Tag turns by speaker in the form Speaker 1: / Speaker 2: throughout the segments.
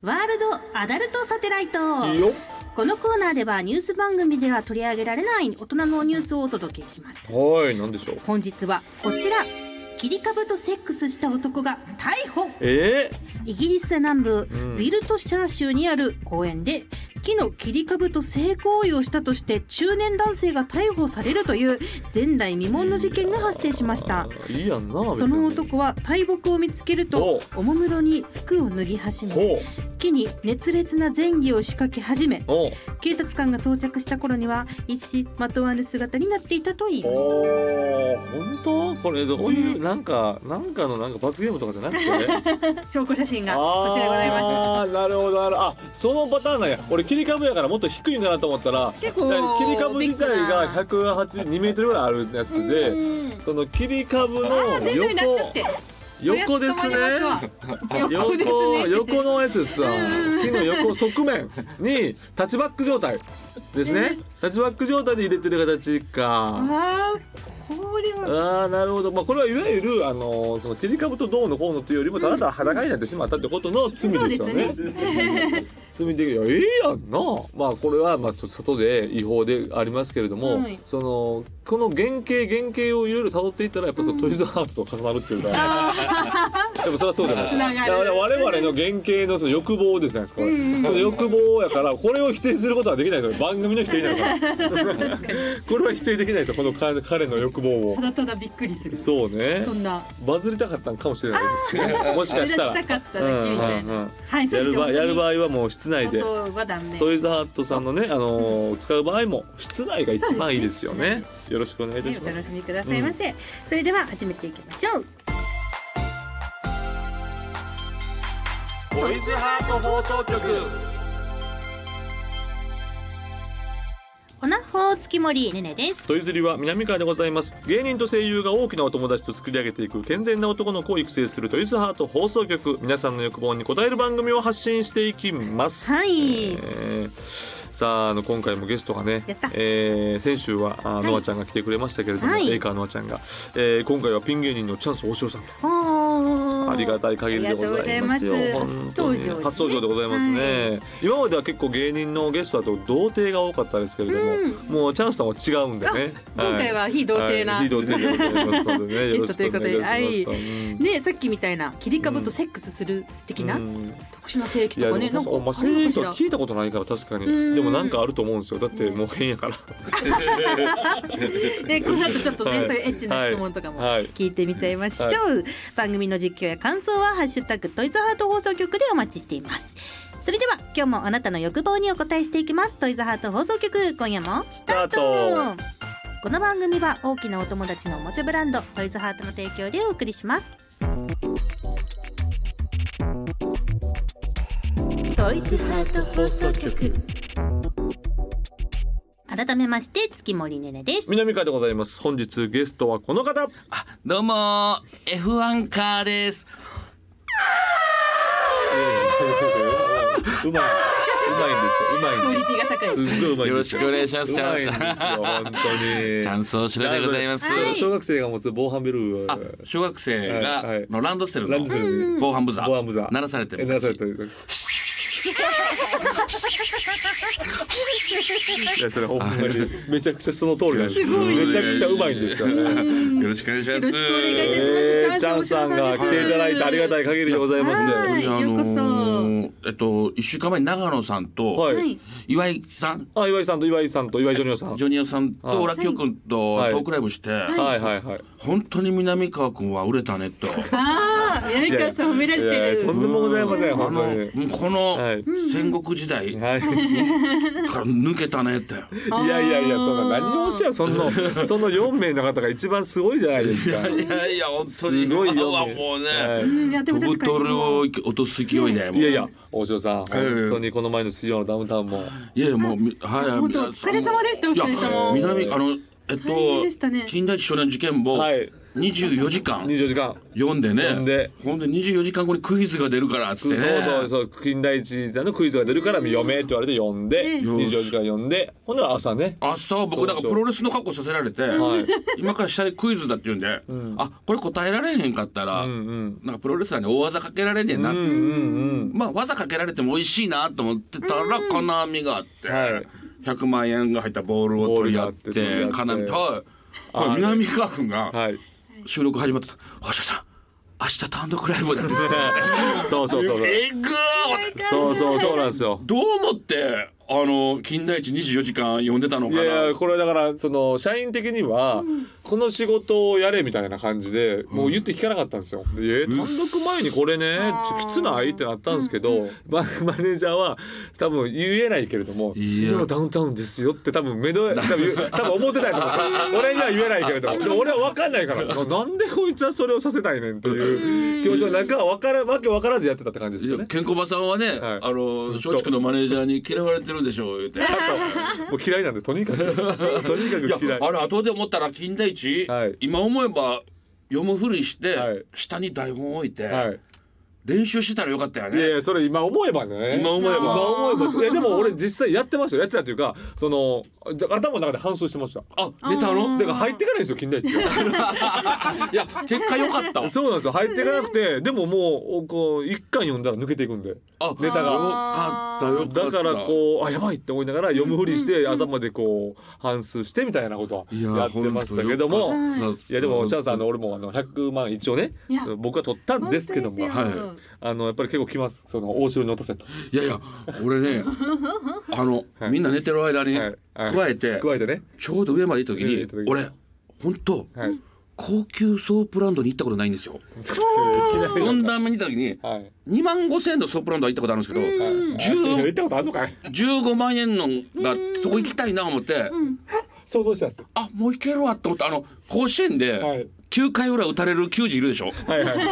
Speaker 1: ワールドアダルトサテライト
Speaker 2: いいよ
Speaker 1: このコーナーではニュース番組では取り上げられない大人のニュースをお届けします
Speaker 2: はいなんでしょう
Speaker 1: 本日はこちら切り株とセックスした男が逮捕
Speaker 2: え
Speaker 1: イギリス南部ウ
Speaker 2: ん
Speaker 1: ィルトシャー州にある公園で木の切り株と性行為をしたとして中年男性が逮捕されるという前代未聞の事件が発生しました
Speaker 2: えいいやんな別
Speaker 1: そ
Speaker 2: に
Speaker 1: の男は大木を見つけるとおもむろに服を脱ぎ始め
Speaker 2: ほう
Speaker 1: 木に熱烈な前戯を仕掛け始め
Speaker 2: おう
Speaker 1: 警察官が到着した頃には一糸まとわぬ姿になっていたといいます
Speaker 2: おー本当これどういう、
Speaker 1: ね
Speaker 2: なんかなんかのなんか罰ゲームとかじゃなくて ね
Speaker 1: 証拠写真がこちらでございます
Speaker 2: ああなるほどなるほどあそのパターンなんや俺切り株やからもっと低いんかなと思ったら
Speaker 1: 結
Speaker 2: だから
Speaker 1: 構
Speaker 2: 切り株自体が182メートルぐらいあるやつで
Speaker 1: うん
Speaker 2: その切り株の
Speaker 1: 全然なっちゃっ
Speaker 2: 横
Speaker 1: て
Speaker 2: 横ですね
Speaker 1: これは捕まりますわ横です
Speaker 2: 横
Speaker 1: ね
Speaker 2: 横のやつですわ木の横側面にタッチバック状態ですねタッチバック状態で入れてる形か
Speaker 1: あーこれは
Speaker 2: あーなるほど、まあ、これはいわゆるあのーその切り株と銅の方のというよりもただただ裸になってしまったってことの罪ですよね
Speaker 1: そう。
Speaker 2: 罪的にはええやんなまあこれはまあと外で違法でありますけれども、
Speaker 1: はい
Speaker 2: そのこの原型原型をいろいろ辿っていったらやっぱそのトイズハートと重なるっていうか、 でもそれはそうじゃないですか
Speaker 1: つなが
Speaker 2: だ
Speaker 1: る
Speaker 2: から我々の原型のその欲望ですねこれ、
Speaker 1: うん
Speaker 2: この欲望やからこれを否定することはできないですよ番組の否定だから これは否定できないですよこの彼彼の欲望を
Speaker 1: た。だただびっくりするそ
Speaker 2: そうね。
Speaker 1: んな
Speaker 2: バズりたかったんかもしれないです ね。もし
Speaker 1: 目
Speaker 2: か
Speaker 1: 立ち
Speaker 2: した
Speaker 1: た
Speaker 2: ら。
Speaker 1: かった
Speaker 2: う
Speaker 1: だけ
Speaker 2: ん
Speaker 1: み
Speaker 2: う
Speaker 1: たいなん
Speaker 2: うん
Speaker 1: はいそうです
Speaker 2: やる
Speaker 1: よ
Speaker 2: 場合やる場合はもう室内で。
Speaker 1: 本当はダメ
Speaker 2: トイズハットさんのね、あのー使う場合も室内が一番いいですよね。よろしくお願いいたし
Speaker 1: お
Speaker 2: ま
Speaker 1: 楽
Speaker 2: す
Speaker 1: し。みくださいませ、それでは始めていきましょう
Speaker 2: トイズハート放送局。
Speaker 1: おなほ月森ねねです
Speaker 2: トイズリは南川でございます。芸人と声優が大きなお友達と作り上げていく健全な男の子を育成するトイズハート放送局。皆さんの欲望に応える番組を発信していきます。
Speaker 1: はい、
Speaker 2: えーさああの今回もゲストがね
Speaker 1: やった、
Speaker 2: えー先週はあ、
Speaker 1: い
Speaker 2: ノアちゃんが来てくれましたけれども、
Speaker 1: はい
Speaker 2: エイカーノアちゃんが、えー今回はピン芸人のチャンス大塩さんと。
Speaker 1: おー
Speaker 2: ありがたい限りでございますよ
Speaker 1: ありがとうござい
Speaker 2: 本
Speaker 1: ます初
Speaker 2: 当
Speaker 1: 登場
Speaker 2: に
Speaker 1: ですね
Speaker 2: 初登場でございますね、今までは結構芸人のゲストだと童貞が多かったですけれども、
Speaker 1: うん
Speaker 2: もうチャンスさんは違うんでね
Speaker 1: あ今回は非童貞な
Speaker 2: はい非童貞でございますの でねよ
Speaker 1: ゲ
Speaker 2: ろ
Speaker 1: スト
Speaker 2: し
Speaker 1: というこ
Speaker 2: くお
Speaker 1: と
Speaker 2: 願
Speaker 1: で
Speaker 2: いしますと
Speaker 1: ねさっきみたいな切り株とセックスする的な、
Speaker 2: うん
Speaker 1: 特殊な性器
Speaker 2: い
Speaker 1: と
Speaker 2: や
Speaker 1: か
Speaker 2: で
Speaker 1: ね
Speaker 2: も確かお前
Speaker 1: あるの
Speaker 2: 正
Speaker 1: か
Speaker 2: 義
Speaker 1: し
Speaker 2: と
Speaker 1: ら
Speaker 2: は聞いたことないから確かに
Speaker 1: うん
Speaker 2: でもなんかあると思うんですよだってもう変やから
Speaker 1: ね、この後ちょっとね、
Speaker 2: はい
Speaker 1: そういうエッチな質問とかも
Speaker 2: はい
Speaker 1: 聞いてみちゃいましょう、
Speaker 2: は
Speaker 1: 番組の実況や感想は「ハッシュタグトイズハート放送局」でお待ちしていますそれでは今日もあなたの欲望にお答えしていきますトイズハート放送局今夜もス
Speaker 2: タート
Speaker 1: この番組は大きなお友達のおもちゃブランドトイズハートの提供でお送りしますトイズハート放送局改めまして月森ねねです
Speaker 2: 南川でございます本日ゲストはこの方
Speaker 3: どうもー F1 カーです。
Speaker 2: うまいうま
Speaker 1: クオ
Speaker 2: いんですようまいんで
Speaker 1: リ ティが高い
Speaker 2: すすっごいうまいんです
Speaker 3: よろしくお願いします。
Speaker 2: う
Speaker 3: チ
Speaker 2: まいんですよ
Speaker 3: ャ
Speaker 2: 本
Speaker 3: ン
Speaker 2: 当に
Speaker 3: チャンスをしらでございます。
Speaker 2: そう小学生が持つ防犯ベル
Speaker 3: あ、小学生
Speaker 2: はいはい
Speaker 3: がのランドセル
Speaker 2: ランドセル
Speaker 3: の
Speaker 2: に
Speaker 3: 防犯ブザー
Speaker 2: 防犯ブザー
Speaker 3: 鳴らされて
Speaker 2: え
Speaker 3: る。
Speaker 2: なされ てるいやそれほんまにめちゃくちゃその通りなんです
Speaker 3: ごい
Speaker 2: めちゃくちゃうまいんですよね
Speaker 3: よろしくお願いし
Speaker 1: よろ
Speaker 3: ます。
Speaker 1: しくお願いいたします
Speaker 2: えー、
Speaker 1: チ
Speaker 2: チ
Speaker 1: ャ
Speaker 2: ャ
Speaker 1: ン
Speaker 2: ン
Speaker 1: ス
Speaker 2: さんが来ていただいてありがたい限りでございます。
Speaker 1: はい
Speaker 3: あ
Speaker 1: ようこそ
Speaker 3: のーえっと一週間前に長野さんと
Speaker 2: は。
Speaker 1: はいい、
Speaker 3: 岩井さん、
Speaker 2: あ、岩井さんと岩井さんと岩井ジョニオさん。
Speaker 3: ジョニオさんとオラキオ君とト
Speaker 2: はい
Speaker 3: ークライブして、
Speaker 2: はいはいはい。
Speaker 3: 本当に南川君は売れたねと。
Speaker 1: ああ、南川さん褒められ
Speaker 2: いやい
Speaker 1: て
Speaker 2: やと
Speaker 1: る。
Speaker 2: んでもございません
Speaker 3: あ
Speaker 2: 本
Speaker 3: の
Speaker 2: 当に。
Speaker 3: もうこの
Speaker 2: はい
Speaker 3: 戦国時代か
Speaker 2: はい。
Speaker 3: ら抜けたねって。
Speaker 2: いやいやいや、そんな何をおっしゃるそ のその四名の方が一番すごいじゃないですか。
Speaker 3: いやいや本当に
Speaker 2: すごいよ
Speaker 3: 今はもうね、
Speaker 2: はい
Speaker 1: うん、いやでも
Speaker 3: 飛
Speaker 1: 確
Speaker 3: ぶ
Speaker 1: かに
Speaker 3: 鳥を落とす勢いだよも
Speaker 2: い
Speaker 3: うい
Speaker 2: やいや、大城さん、本
Speaker 3: ええ
Speaker 2: 当にこの前の水曜のダウンタウンも。
Speaker 3: いやいやもうみはい
Speaker 1: 本当お疲れ様でしたお二人とも
Speaker 3: いや南あのえっと
Speaker 1: 大変でしたね
Speaker 3: 金田一少年事件簿
Speaker 2: はい
Speaker 3: 24時間
Speaker 2: 24時間
Speaker 3: 読んでね
Speaker 2: 読んで
Speaker 3: ほんで24時間後にクイズが出るからっつってね
Speaker 2: そうそうそう金田一さんのクイズが出るから読めって言われて読んで
Speaker 3: うん
Speaker 2: 24時間読んでほんなら朝ね
Speaker 3: 朝
Speaker 2: そう
Speaker 3: 僕だからプロレスの格好させられて、
Speaker 2: はい
Speaker 3: 今から下でクイズだって言うんで、あこれ答えられへんかったら、
Speaker 2: うんうん
Speaker 3: なんかプロレスラーに大技かけられねえな、
Speaker 2: うんうん
Speaker 3: まあ技かけられても美味しいなと思ってたら金網があって、
Speaker 2: はい
Speaker 3: 100万円が入ったボールを取り合って
Speaker 2: ボールがあって
Speaker 3: 金網はい、はい、南川君
Speaker 2: うん
Speaker 3: が
Speaker 2: はい
Speaker 3: 収録始まってた「星野さん明日単独ライブだ」って言ってた
Speaker 2: そうそうそうそう
Speaker 3: えぐー
Speaker 2: そうそうそうなんですよ
Speaker 3: どう思ってあの金田一24時間呼んでたの
Speaker 2: い
Speaker 3: かな
Speaker 2: やいやこれだからその社員的にはこの仕事をやれみたいな感じでもう言って聞かなかったんですよ。でえ単独前にこれねきつないってなったんですけどまマネージャーは多分言えないけれども「
Speaker 3: いや
Speaker 2: 市場ダウンタウンですよ」って多分目の多分言う多分思ってないと 思うんですよ俺には言えないけれどもでも俺は分かんないからななんでこいつはそれをさせたいねんっていう気持ちの中分からわけ分からずやってたって感じです
Speaker 3: い
Speaker 2: よ
Speaker 3: や
Speaker 2: ね。
Speaker 3: ケンコバさんはね、
Speaker 2: はい
Speaker 3: あの松竹のマネージャーに嫌われてるでしょう言って。
Speaker 2: もう嫌いなんですとにかくとに
Speaker 3: いや
Speaker 2: かく嫌い。
Speaker 3: あれ後で思ったら金田一、
Speaker 2: はい
Speaker 3: 今思えば読むふりして、
Speaker 2: はい
Speaker 3: 下に台本置いて、
Speaker 2: はい
Speaker 3: 練習してたらよかったよ
Speaker 2: いやい
Speaker 3: ね。
Speaker 2: やそれ今思えばね
Speaker 3: 今思えば
Speaker 2: 今思えばいやでも俺実際やってましたよやってたというかそのじゃ頭の中で反芻してました
Speaker 3: あ出たの
Speaker 2: だから入ってかないんですよ金田一が
Speaker 3: いや結果良かった わ。
Speaker 2: そうなんですよ入ってかなくてでももうこう一巻読んだら抜けていくんで
Speaker 3: あ
Speaker 2: ネタが
Speaker 3: 良かったよかった。
Speaker 2: だからこうあやばいって思いながら読むふりして頭でこう反芻してみたいなこと
Speaker 3: い
Speaker 2: はやってましたけども。いやでもチャンさんあの俺もあの100万一応ね
Speaker 1: いや
Speaker 2: その僕は取ったんですけども
Speaker 1: 本当ですよ
Speaker 3: はい
Speaker 2: あのやっぱり結構来ますその大城に落とせと
Speaker 3: いやいや俺 ねあの、みんな寝てる間に、
Speaker 2: はいはい
Speaker 3: 加えて
Speaker 2: 加えてね
Speaker 3: ちょうど上まで行った時
Speaker 2: 上ま
Speaker 3: に
Speaker 2: で行った時
Speaker 3: 俺本当、
Speaker 2: はいい
Speaker 3: 高級ソープランドに行ったことないんですよ。
Speaker 2: きなり
Speaker 3: 4段目に行った時に
Speaker 2: はい
Speaker 3: 2万5千円のソープランドは行ったことあるんですけど、
Speaker 2: いや
Speaker 3: 10
Speaker 2: 行ったことあるのかい
Speaker 3: 15万円のがそこ行きたいな思って、
Speaker 2: 想像したんですよ
Speaker 3: あもう行けるわと思ってあの甲子園
Speaker 2: は
Speaker 3: で
Speaker 2: い
Speaker 3: 9回裏打たれる球児いるでしょ、
Speaker 2: はいはいは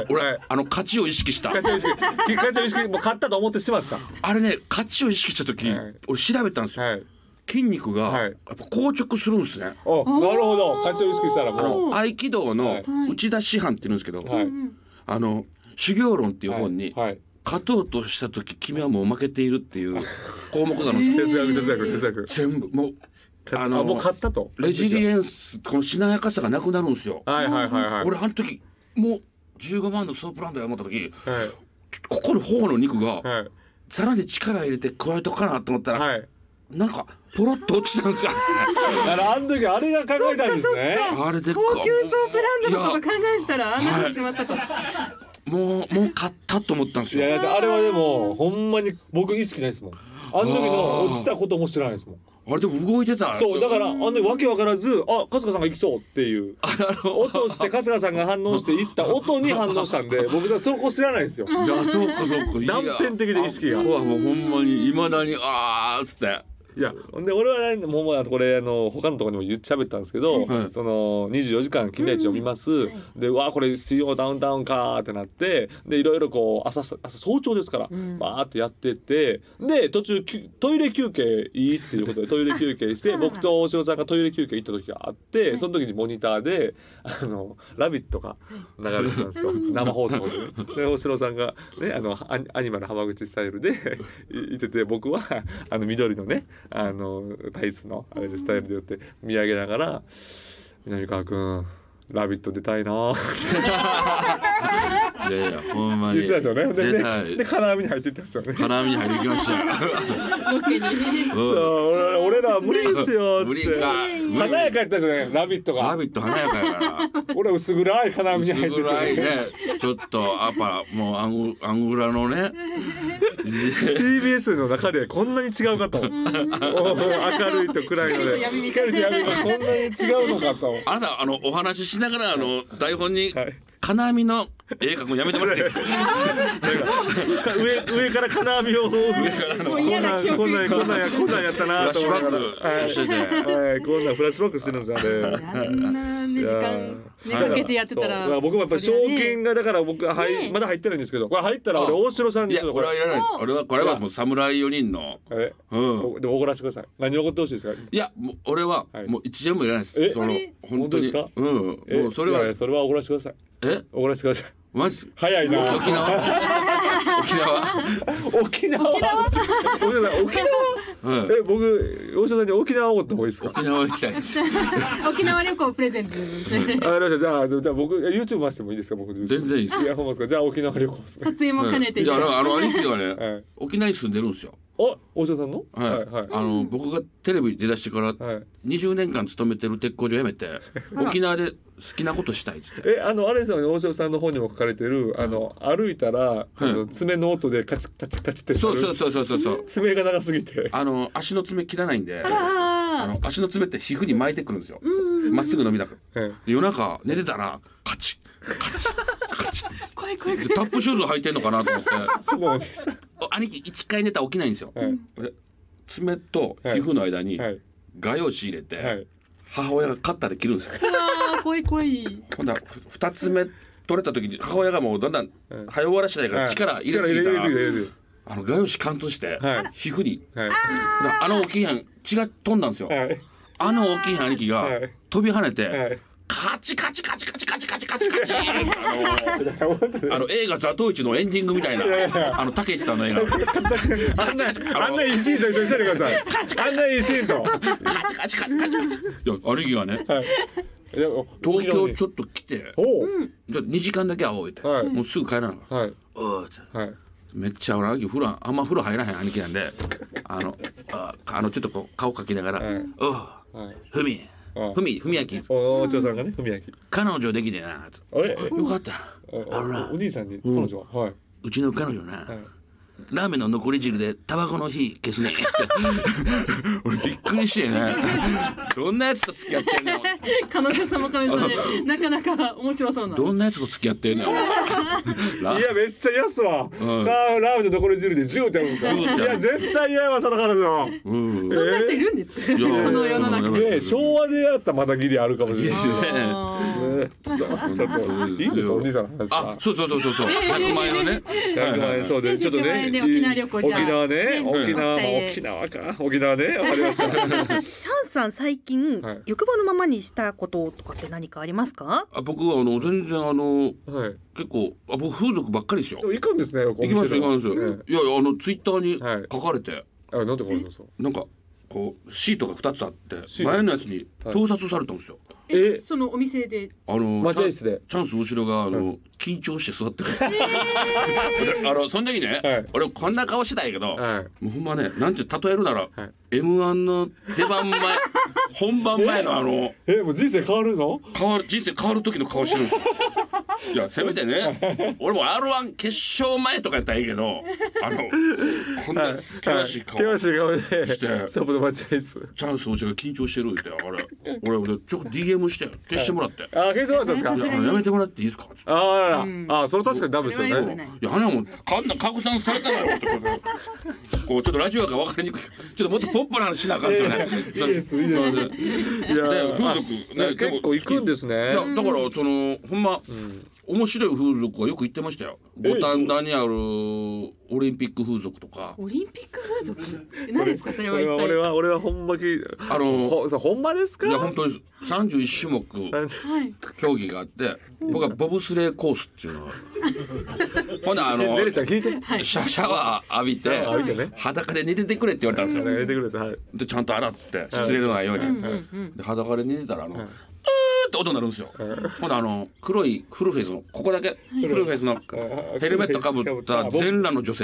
Speaker 2: い
Speaker 3: 俺、
Speaker 2: はい
Speaker 3: あの勝ちを意識した
Speaker 2: 課長意識課長意識もう勝ったと思ってしまった
Speaker 3: あれね勝ちを意識した時、
Speaker 2: はい
Speaker 3: 俺調べたんですよ、
Speaker 2: はい
Speaker 3: 筋肉が
Speaker 2: はい
Speaker 3: やっぱ硬直するんですね、
Speaker 2: おなるほど課長意識したら
Speaker 3: あ
Speaker 2: もう
Speaker 3: の合気道
Speaker 2: は
Speaker 3: の
Speaker 2: い
Speaker 3: 内田師範って言うんですけど、
Speaker 2: はい
Speaker 3: あの修行論っていう
Speaker 2: はい
Speaker 3: 本に、
Speaker 2: はい
Speaker 3: 勝とうとした時君はもう負けているっていう項目があるんですよ、
Speaker 2: 哲学哲学哲学
Speaker 3: 全部もう
Speaker 2: あ
Speaker 3: あ
Speaker 2: の
Speaker 3: の
Speaker 2: もう勝ったと
Speaker 3: レジリエンスこのしなやかさがなくなるんですよ、
Speaker 2: はいはいはいはい
Speaker 3: 俺あの時もう15万のソープランドや思った時
Speaker 2: はい
Speaker 3: ここの頬の肉が
Speaker 2: はい
Speaker 3: さらに力入れて加えとかなと思ったら、
Speaker 2: はい
Speaker 3: なんかポロッと落ちたんで すよ
Speaker 2: だからあの時あれが考えたんですね
Speaker 3: あれでか
Speaker 4: 高級ソープランドのこと考えてたらあんなになっちまったと。
Speaker 3: もうもう買ったと思ったんです
Speaker 2: いやだ
Speaker 3: よ
Speaker 2: ってあれはでもほんまに僕意識ないですもんあの時の落ちたことも知らないですもん
Speaker 3: あれでも動いてた
Speaker 2: そうだからあの時わけわからずあ春日さんが行きそうっていう落として春日さんが反応していった音に反応したんで僕はそこ知らないんですよ
Speaker 3: いやそうかそうかいや
Speaker 2: 断片的で意識が
Speaker 3: あここはもうほんまにいまだにあーっつって
Speaker 2: いやほんで俺は何でもうもうあとこれあの他のところにも言っちゃべったんですけど、
Speaker 3: はい
Speaker 2: その24時間金田一読みます、でうわあこれ水曜ダウンタウンかーってなってでいろいろこう朝さ朝早朝ですから、バーってやっててで途中きトイレ休憩いいっていうことでトイレ休憩して僕と大城さんがトイレ休憩行った時があってその時にモニターで「あのラビット!」が流れてたんですよ生放送で。で大城さんが、ね、あのアニアニマル浜口スタイルでいいてて僕はあの緑のねあのタイツのあれでスタイルでやって見上げながら「南川君ラビット!」出たいなーって
Speaker 3: いやいやほんまに
Speaker 2: 言ってたでしょうね。で
Speaker 3: 出た
Speaker 2: でで金網に入っていったんですよね。
Speaker 3: 金網に入りきましたよ
Speaker 2: そう
Speaker 3: うん
Speaker 2: 俺俺ら無理ですよっつ
Speaker 3: 無
Speaker 2: っ
Speaker 3: 理
Speaker 2: て
Speaker 3: か
Speaker 2: 華やかやったんですよね「ラビット!」
Speaker 3: ラ
Speaker 2: が
Speaker 3: ビット華やかやから
Speaker 2: 俺は薄暗い金網に
Speaker 3: 薄
Speaker 2: 入って
Speaker 3: 暗い
Speaker 2: て
Speaker 3: ねちょっとやっぱもうアングアングラのね
Speaker 2: TBS の中でこんなに違うかとお明るいと暗いので光と闇がこんなに違うのかと
Speaker 3: あなたあのお話ししながらあの台本に
Speaker 2: はい
Speaker 3: 金網の絵描くのやめてもらっていいですか
Speaker 2: か上上から金網を上
Speaker 3: からあの
Speaker 4: も
Speaker 2: こ
Speaker 4: うん嫌
Speaker 2: な
Speaker 4: なん記憶
Speaker 2: こんなんこんなんやこんなんやったなと思いながら
Speaker 3: フラッシュバックして
Speaker 2: はいはいこんなんフラッシュバックしてるんですよね
Speaker 4: あんなね時間
Speaker 2: い
Speaker 4: ね
Speaker 2: や
Speaker 4: かけてやってた
Speaker 2: そう
Speaker 4: ら
Speaker 2: 僕もやっぱり
Speaker 4: そ
Speaker 2: 賞
Speaker 4: りゃね
Speaker 2: 金がだから僕は入、
Speaker 1: ね
Speaker 2: まだ入ってないんですけどこれ入ったら俺
Speaker 3: あ
Speaker 2: 大城さんに
Speaker 3: い
Speaker 2: ち
Speaker 3: や
Speaker 2: ょっとこ
Speaker 3: 俺は
Speaker 2: れ
Speaker 3: いらないです俺はこれはもう侍4人の
Speaker 2: え
Speaker 3: うん
Speaker 2: でも怒らせてください何怒ってほしいですか
Speaker 3: いやもう俺は
Speaker 2: はい
Speaker 3: もう一円もいらないです、
Speaker 2: え
Speaker 3: その
Speaker 2: 本
Speaker 3: 本
Speaker 2: 当
Speaker 3: 当
Speaker 2: です
Speaker 3: に
Speaker 2: か
Speaker 3: うん
Speaker 2: え
Speaker 3: もうそれ
Speaker 2: いやい
Speaker 3: は
Speaker 2: やそれは怒らせてください
Speaker 3: え
Speaker 2: 怒らせてください
Speaker 3: マジ
Speaker 2: 早いな
Speaker 3: 沖縄沖
Speaker 2: 沖縄沖縄ごめんなさい沖縄
Speaker 3: 縄、うん、
Speaker 2: え僕大城さんに沖縄怒った方がいい ですか
Speaker 3: 沖縄行きたいです
Speaker 4: 沖縄旅行をプレゼン トして
Speaker 2: あわかりましたじゃあじゃあ僕え YouTube 回してもいいですか僕全
Speaker 3: 全然いいです
Speaker 2: いやほんまですかじゃあ沖縄旅行ですね
Speaker 4: 撮影も兼ねて
Speaker 3: い
Speaker 4: いた
Speaker 3: や
Speaker 4: だ
Speaker 3: あ
Speaker 4: いて
Speaker 3: のあの兄貴がね、
Speaker 2: はい
Speaker 3: 沖縄に住んでるんですよ。
Speaker 2: お大城さんの
Speaker 3: はい、
Speaker 2: はい
Speaker 3: あの僕がテレビ出だしてから
Speaker 2: はい
Speaker 3: 20年間勤めてる鉄工所辞めて、沖縄で好きなことしたいっつって。
Speaker 2: えあのあれですよね大城さんの本にも書かれてるあの歩いたら、あの爪の音でカチカチカチって
Speaker 3: そうそううそうそうそうそう。
Speaker 2: 爪が長すぎて
Speaker 3: あの足の爪切らないんで、あ
Speaker 4: あ
Speaker 3: の足の爪って皮膚に巻いてくるんですよ。まっすぐ伸びなく。
Speaker 2: はい
Speaker 3: 夜中寝てたらカチッカチッカチッっ
Speaker 4: ー怖い怖い
Speaker 3: てでタップシューズ履いてんのかなと思って、
Speaker 2: そうなんです
Speaker 3: お兄貴一回寝たら起きないんですよ。
Speaker 2: はい
Speaker 3: で爪と皮膚の間に
Speaker 2: はい
Speaker 3: 画用紙入れ
Speaker 2: は
Speaker 3: て
Speaker 2: い
Speaker 3: 母親がカッターで切るんですよ。
Speaker 4: あー怖い怖い
Speaker 3: 今度はふ二つ目取れた時に母親がもうだんだん
Speaker 2: うん
Speaker 3: 早終わらせないから力入れすぎた
Speaker 2: 力
Speaker 3: ら
Speaker 2: 入れすぎ
Speaker 3: あの画用紙貫通して
Speaker 2: はい
Speaker 3: 皮膚に
Speaker 2: たはい
Speaker 3: あの大きいやん血が飛んだんですよ
Speaker 2: はい
Speaker 3: あの大きい兄貴が
Speaker 2: はい
Speaker 3: 飛び跳ね
Speaker 2: は
Speaker 3: て
Speaker 2: い
Speaker 3: カチカチカチカチカチカチカチカチ
Speaker 2: だから本当に
Speaker 3: あの映画「ザトウイチ」のエンディングみたいなあのたけしさんの映画
Speaker 2: あんなあんないいシーンと一緒にしててくださいあんないいシーンと
Speaker 3: カチカチカチカチカチいや兄貴がね
Speaker 2: いやお
Speaker 3: 東京ちょっと来て
Speaker 2: おお
Speaker 3: ちょ2時間だけ会おう言って
Speaker 2: はい
Speaker 3: もうすぐ帰らなあかった
Speaker 2: はい
Speaker 3: おうって
Speaker 2: はい
Speaker 3: めっちゃ俺兄貴風呂あんま風呂入らへん兄貴なんで あのああのちょっとこう顔かきながら
Speaker 2: はい
Speaker 3: 「おう
Speaker 2: はい
Speaker 3: ふみ
Speaker 2: はい
Speaker 3: ふみふみやき
Speaker 2: お大城さんがね文明
Speaker 3: 彼女できてな」
Speaker 2: あれ
Speaker 3: よかった
Speaker 2: お
Speaker 3: あら
Speaker 2: お兄さんに彼女ははいう
Speaker 3: ちの彼女な、
Speaker 2: い
Speaker 3: ラーメンの残り汁でタバコの火消すねん 俺びっくりしてねどんなやつと付き合ってん の
Speaker 4: 彼女様彼女でなかなか面白そうな
Speaker 3: どんなやつと付き合ってんのラ
Speaker 2: いやめっちゃ嫌っすわ、さ
Speaker 3: ん
Speaker 2: あラーメンの残り汁で10ってやるんですかい
Speaker 3: 10ってや
Speaker 2: や
Speaker 3: る
Speaker 2: 絶対嫌やわその彼女
Speaker 3: うん
Speaker 2: え
Speaker 4: そんな人いるんですかこ
Speaker 3: いや
Speaker 4: の世の中
Speaker 3: うん
Speaker 4: に
Speaker 2: ねえ昭和でやったらまだギリあるかもしれない、ね
Speaker 4: あ
Speaker 2: え、そうちょっといいんですよお兄さんの話
Speaker 3: あ
Speaker 2: は
Speaker 3: そうそうそうそ うそう100万円のね
Speaker 2: 100万円そうでちょっと
Speaker 4: 100万
Speaker 2: ね
Speaker 4: 円で沖縄旅行じゃあ
Speaker 2: 沖縄ね沖縄
Speaker 1: 二人で
Speaker 2: 沖縄か沖縄ねわかりました
Speaker 1: チャンさん最近、
Speaker 2: はい
Speaker 1: 欲望のままにしたこととかって何かありますか
Speaker 3: あ僕はあの全然あの
Speaker 2: はい
Speaker 3: 結構あ僕風俗ばっかりですよ
Speaker 2: でも行くんですね行
Speaker 3: 行きます行きます、
Speaker 2: え
Speaker 3: いやいやあのツイッター
Speaker 2: はい
Speaker 3: に書かれて、
Speaker 2: え、あなんでこれですか
Speaker 3: なんかこうシートが二つあって
Speaker 2: シート
Speaker 3: 前のやつに
Speaker 2: はい
Speaker 3: 盗撮されたんですよ、
Speaker 2: え
Speaker 4: えそのお店で
Speaker 3: あの
Speaker 2: 待合室で
Speaker 3: チャンチャンス後ろがあの、緊張して座ってるんですよ、俺 あのその時ね、
Speaker 2: はい
Speaker 3: 俺こんな顔してたんやけど、
Speaker 2: はい
Speaker 3: もうほんまねなんて例えるなら、
Speaker 2: はい
Speaker 3: m 1の出番前 本番前のあの
Speaker 2: えもう人生変わるの
Speaker 3: 変わる人生変わる時の顔してるん ですよいやせめてね俺も r 1決勝前とかやったらいいけどあのこんな険しい顔、
Speaker 2: 険しい顔で
Speaker 3: して
Speaker 2: サポの待合室
Speaker 3: チャンス落ちが緊張してるってあれ俺俺ちょっと DM して消してもらって、い
Speaker 2: あ消してもらったんですか
Speaker 3: やあのやめてもらっていいですか?」って
Speaker 2: あーあら、あーそれ確かにダメですよ
Speaker 4: それは
Speaker 2: ね
Speaker 4: ない
Speaker 3: いやあんなもんかんな拡散されたのよ」ってことこうちょっとラジオが分かりにくいちょっともっとポップな話しなあかんですよね。
Speaker 2: いやいいですいいです
Speaker 3: そうそう
Speaker 2: いや
Speaker 3: ね風
Speaker 2: ー
Speaker 3: 俗
Speaker 2: あ
Speaker 3: ねでも
Speaker 2: 結構行くんです
Speaker 3: い
Speaker 2: ね
Speaker 3: やだからそのほんま、面白い風俗はよく言ってましたよ。五反田にあるオリンピック風俗とか
Speaker 4: オリンピック風俗え何ですかそれは
Speaker 2: 俺
Speaker 4: 一
Speaker 2: は
Speaker 4: 体
Speaker 2: 俺は俺はほんまき
Speaker 3: あの
Speaker 2: ほそうほんまですか
Speaker 3: いや本当に31種目
Speaker 2: なんて
Speaker 4: はい
Speaker 3: 競技があって僕はボブスレーコースっていうのが ほなあの
Speaker 2: ねるちゃん聞いてね
Speaker 3: シャシャワー浴びて
Speaker 2: ャワー浴びてね
Speaker 3: 裸で寝ててくれって言われたんですよ、
Speaker 2: 言ってくれてはい
Speaker 3: でちゃんと洗って失礼のないように、で裸で寝てたらあの、うーって音鳴るんですよ、ほなあの黒いフルフェイスのここだけフルフェイスの
Speaker 2: い
Speaker 3: ヘルメットかぶった全裸の女性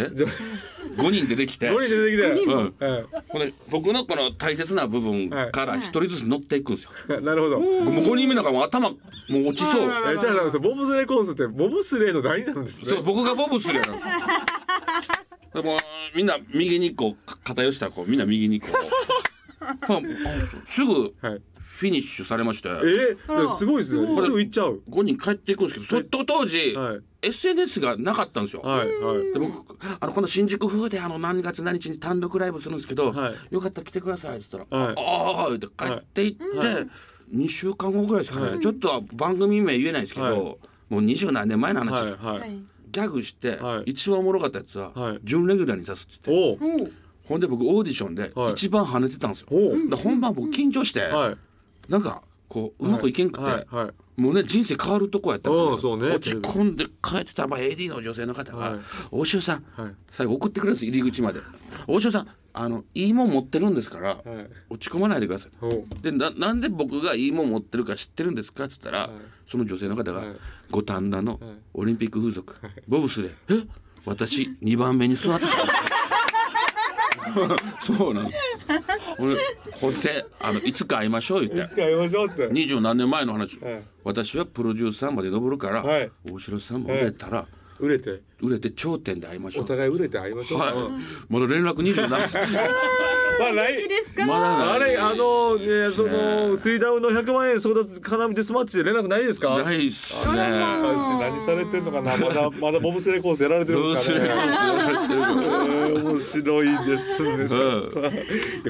Speaker 3: 5人出てきて、
Speaker 2: ゴリ出てきて
Speaker 3: うん、
Speaker 2: え
Speaker 3: ほんで僕のこの大切な部分から一人ずつ乗っていくんですよ、
Speaker 2: えなるほど
Speaker 3: もう5人目なんかもう頭もう落ちそう、
Speaker 4: あらら
Speaker 2: えじゃあなんかそうボブスレーコースってボブスレーの台になるんですね
Speaker 3: そう僕がボブスレーなんですよでもみんな右にこうか偏したらこうみんな右にこうほらあそうすぐ
Speaker 2: はい
Speaker 3: フィニッシュされまして
Speaker 2: え
Speaker 4: あら
Speaker 2: すごいですね
Speaker 4: すご
Speaker 3: い
Speaker 2: すぐ行っちゃう
Speaker 3: 5人帰っていくんですけどとと当時、
Speaker 2: はい
Speaker 3: SNS がなかったんですよ。
Speaker 2: はいはい
Speaker 3: で僕あのこの新宿風であの何月何日に単独ライブするんですけど、
Speaker 2: はい
Speaker 3: よかったら来てくださいって言ったら「
Speaker 2: はい
Speaker 3: ああ」って帰って行って、2週間後ぐらいですかね、
Speaker 2: はい
Speaker 3: ちょっとは番組名言えないですけど、
Speaker 2: はい
Speaker 3: もう二十何年前の話です、
Speaker 2: はいは
Speaker 4: はいい。
Speaker 3: ギャグして、
Speaker 2: はい
Speaker 3: 一番おもろかったやつは、
Speaker 2: はい
Speaker 3: 準レギュラーにさすって言って
Speaker 2: おう
Speaker 4: おう
Speaker 3: ほんで僕オーディションで
Speaker 2: はい
Speaker 3: 一番跳ねてたんですよ。
Speaker 2: おう
Speaker 3: で本番僕緊張して、
Speaker 2: はい
Speaker 3: なんかこううまくいけんくて、
Speaker 2: はいはい
Speaker 3: もうね人生変わるとこやったから
Speaker 2: うんそうね
Speaker 3: 落ち込んで帰ってたらまあ AD の女性の方
Speaker 2: は
Speaker 3: が
Speaker 2: い
Speaker 3: 「大塩さん
Speaker 2: はい
Speaker 3: 最後送ってくれるんです入り口まで「大塩さんあのいいもん持ってるんですか
Speaker 2: は
Speaker 3: ら
Speaker 2: い
Speaker 3: 落ち込まないでください」
Speaker 2: おう
Speaker 3: でななんで僕がいいもん持ってるか知ってるんですかって言った
Speaker 2: は
Speaker 3: ら、
Speaker 2: い
Speaker 3: その女性の方が
Speaker 2: はい
Speaker 3: 五反田の
Speaker 2: はい
Speaker 3: オリンピック風俗、ボブスレーえ私2番目に座ってたん ですよそうなの俺ほんであのいつか会いましょう言っ
Speaker 2: いつか
Speaker 3: て
Speaker 2: やりましょうって
Speaker 3: 二十何年前の話、
Speaker 2: はい
Speaker 3: 私はプロデューサーまで登るから、
Speaker 2: はい
Speaker 3: 大城さんも売れたら、
Speaker 2: 売れて
Speaker 3: 売れて頂点で会いましょ
Speaker 2: お
Speaker 3: うはい
Speaker 2: 互い売れて会いましょううん
Speaker 3: まだ連絡二十何
Speaker 2: まあ来
Speaker 4: いいですか。
Speaker 3: まだない
Speaker 2: あれあのねその水ダウの100万円争奪金デスマッチで連絡ないですか
Speaker 3: ないっすね
Speaker 2: 私何されてんのかなまだまだボブスレーコースやられてるん
Speaker 3: どう
Speaker 2: ですすか
Speaker 3: れ
Speaker 2: ね
Speaker 3: ば
Speaker 2: 面白いですね。ちょっと
Speaker 3: う
Speaker 2: いや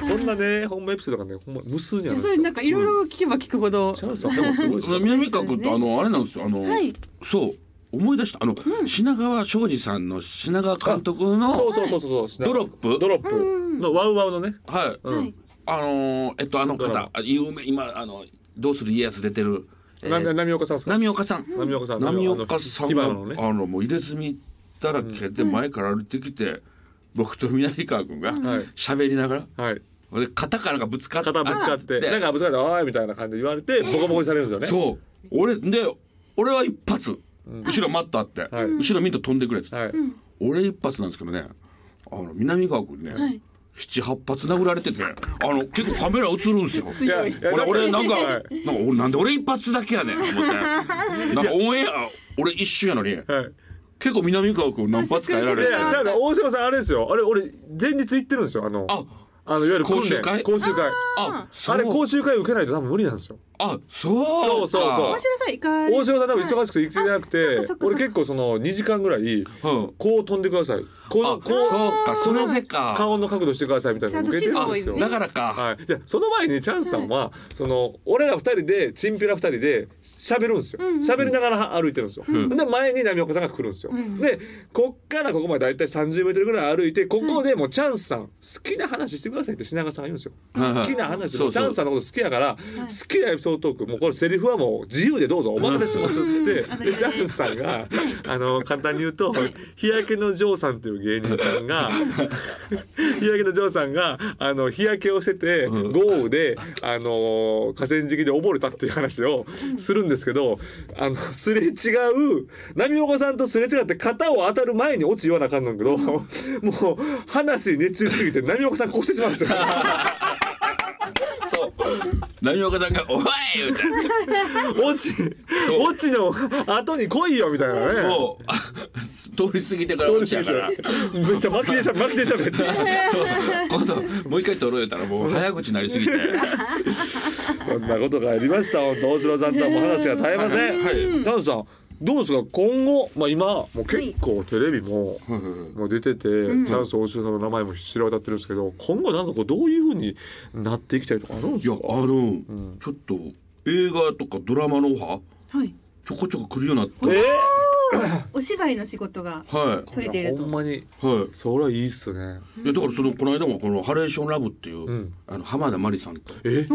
Speaker 2: こんなね、ほんまエピソードがね、ほんま無数にあるんで
Speaker 4: そ
Speaker 2: す
Speaker 4: れ
Speaker 2: よ。
Speaker 4: なんかいろいろ聞けば聞くほど。
Speaker 2: チャンスはでもすごいですよ。
Speaker 3: 南川君とあのあれなんですよあの、
Speaker 4: はい
Speaker 3: そう思い出したあの、品川庄司さんの品川監督
Speaker 2: そう
Speaker 3: の
Speaker 2: そうそうそうそう。
Speaker 3: ドロップ
Speaker 2: ドロップのワウワウのね。
Speaker 3: はい、
Speaker 4: はい。
Speaker 3: あのーえっとあの
Speaker 2: ドラ
Speaker 3: 方あ有名今あのどうする家康出てる、えー
Speaker 2: なな波岡さんですか。
Speaker 3: 波岡さん
Speaker 2: 波岡さん。
Speaker 3: 波岡さんが
Speaker 2: あ
Speaker 3: あ
Speaker 2: の
Speaker 3: の
Speaker 2: ね。
Speaker 3: もう入れ墨だらけで前から歩いてきて、僕と南川君が
Speaker 2: はい
Speaker 3: 喋りながら、
Speaker 2: はい。
Speaker 3: で肩からがぶつかって
Speaker 2: 肩ぶつかって、なんかぶつかって、おいみたいな感じで言われて、ボコボコにされるんですよね。
Speaker 3: そう俺で俺は一発、後ろマットあって、
Speaker 2: い
Speaker 3: 後ろミント飛んでくれって、
Speaker 2: はい。
Speaker 3: 俺一発なんですけどねあの南川君ね、
Speaker 4: い
Speaker 3: 七八発殴られててあの結構カメラ映るんですよ。
Speaker 2: いや、
Speaker 3: 俺俺なんか
Speaker 2: は
Speaker 3: なん
Speaker 2: い
Speaker 3: か俺なんで俺一発だけやねんと思ってなんかオンエア俺一瞬やのに
Speaker 2: はい。
Speaker 3: 結構南川君何発かやら
Speaker 2: い
Speaker 3: れて
Speaker 2: や、じゃあ、大島さんあれですよ。あれ、俺前日行ってるんですよ。あの、
Speaker 3: あ
Speaker 2: あのいわゆる訓練
Speaker 3: 講習会
Speaker 2: 講習会。
Speaker 3: あそう
Speaker 2: あれ講習会受けないと多分無理なんですよ。
Speaker 3: あ
Speaker 2: そ
Speaker 3: そう
Speaker 2: うそうそう
Speaker 4: 面白そういか
Speaker 2: 大城さん多分忙しくて行けてなく
Speaker 4: はい
Speaker 2: て
Speaker 4: あそっかそっかそっ、か
Speaker 2: 俺結構その2時間ぐらい、
Speaker 3: うん
Speaker 2: こう飛んでください。こ
Speaker 3: あ
Speaker 2: の
Speaker 3: そ
Speaker 2: こう
Speaker 3: うかそれでか
Speaker 2: 顔の角度してくださいみたいなの受けてるんですよ
Speaker 4: ちゃんと指導を。
Speaker 3: だからか、
Speaker 2: はい、じゃその前にチャンスさんは、その俺ら二人でチンピラ二人で喋るんですよ喋、りながら歩いてるんですよ、で前に波岡さんが来るんですよ、でこっからここまでだいたい30メートルぐらい歩いてここでもうチャンスさん好きな話してくださいって品川さんが言うんですよ、
Speaker 3: はいはい
Speaker 2: 好きな話
Speaker 3: そうそう
Speaker 2: チャンスさんのこと好きやから、好きなエピソードトークもうこれセリフはもう自由でどうぞお任せしますって言って、でチャンスさんがあの簡単に言うと日焼けのジョーさんという芸人さん が日焼けのジョーさんがあの日焼けをしてて豪雨で、あのー河川敷で溺れたっていう話をするんですけどあのすれ違う波岡さんとすれ違って肩を当たる前に落ち言わなあかんのんけどもう話に熱中しすぎて波岡さんこうしてしまうんですよ。
Speaker 3: 波岡さんが「おい!」みたいな
Speaker 2: 落ち落ちの後に来いよみたいなね。
Speaker 3: もう通り過ぎてから落ちやから。
Speaker 2: めっちゃ巻きでしゃ巻きでしゃべって。
Speaker 3: そう今度もう一回撮ろうやったらもう早口になりすぎて
Speaker 2: こんなことがありました。本当大城さんとはもう話が絶えません。
Speaker 3: はいはい
Speaker 2: チャンスさんどうですか今後まあ今もう結構テレビも。もう出てて、チャンス大城さんの名前も知れ渡ってるんですけど今後なんかこうどういうふうになっていきたいとかあるんで
Speaker 3: い
Speaker 2: す
Speaker 3: や
Speaker 2: か
Speaker 3: あの、ちょっと映画とかドラマのオファー
Speaker 4: はい。
Speaker 3: ちょこちょこ来るようになってはい
Speaker 2: え
Speaker 4: お芝居の仕事が
Speaker 3: は
Speaker 4: 増えてい
Speaker 2: ー、
Speaker 4: る
Speaker 2: ほん
Speaker 4: と。
Speaker 2: まに
Speaker 3: い
Speaker 2: それはいいっすね
Speaker 3: いやだからそのこの間もこの「ハレーションラブ」っていう、
Speaker 2: ん
Speaker 3: あの浜田真理さんと
Speaker 2: え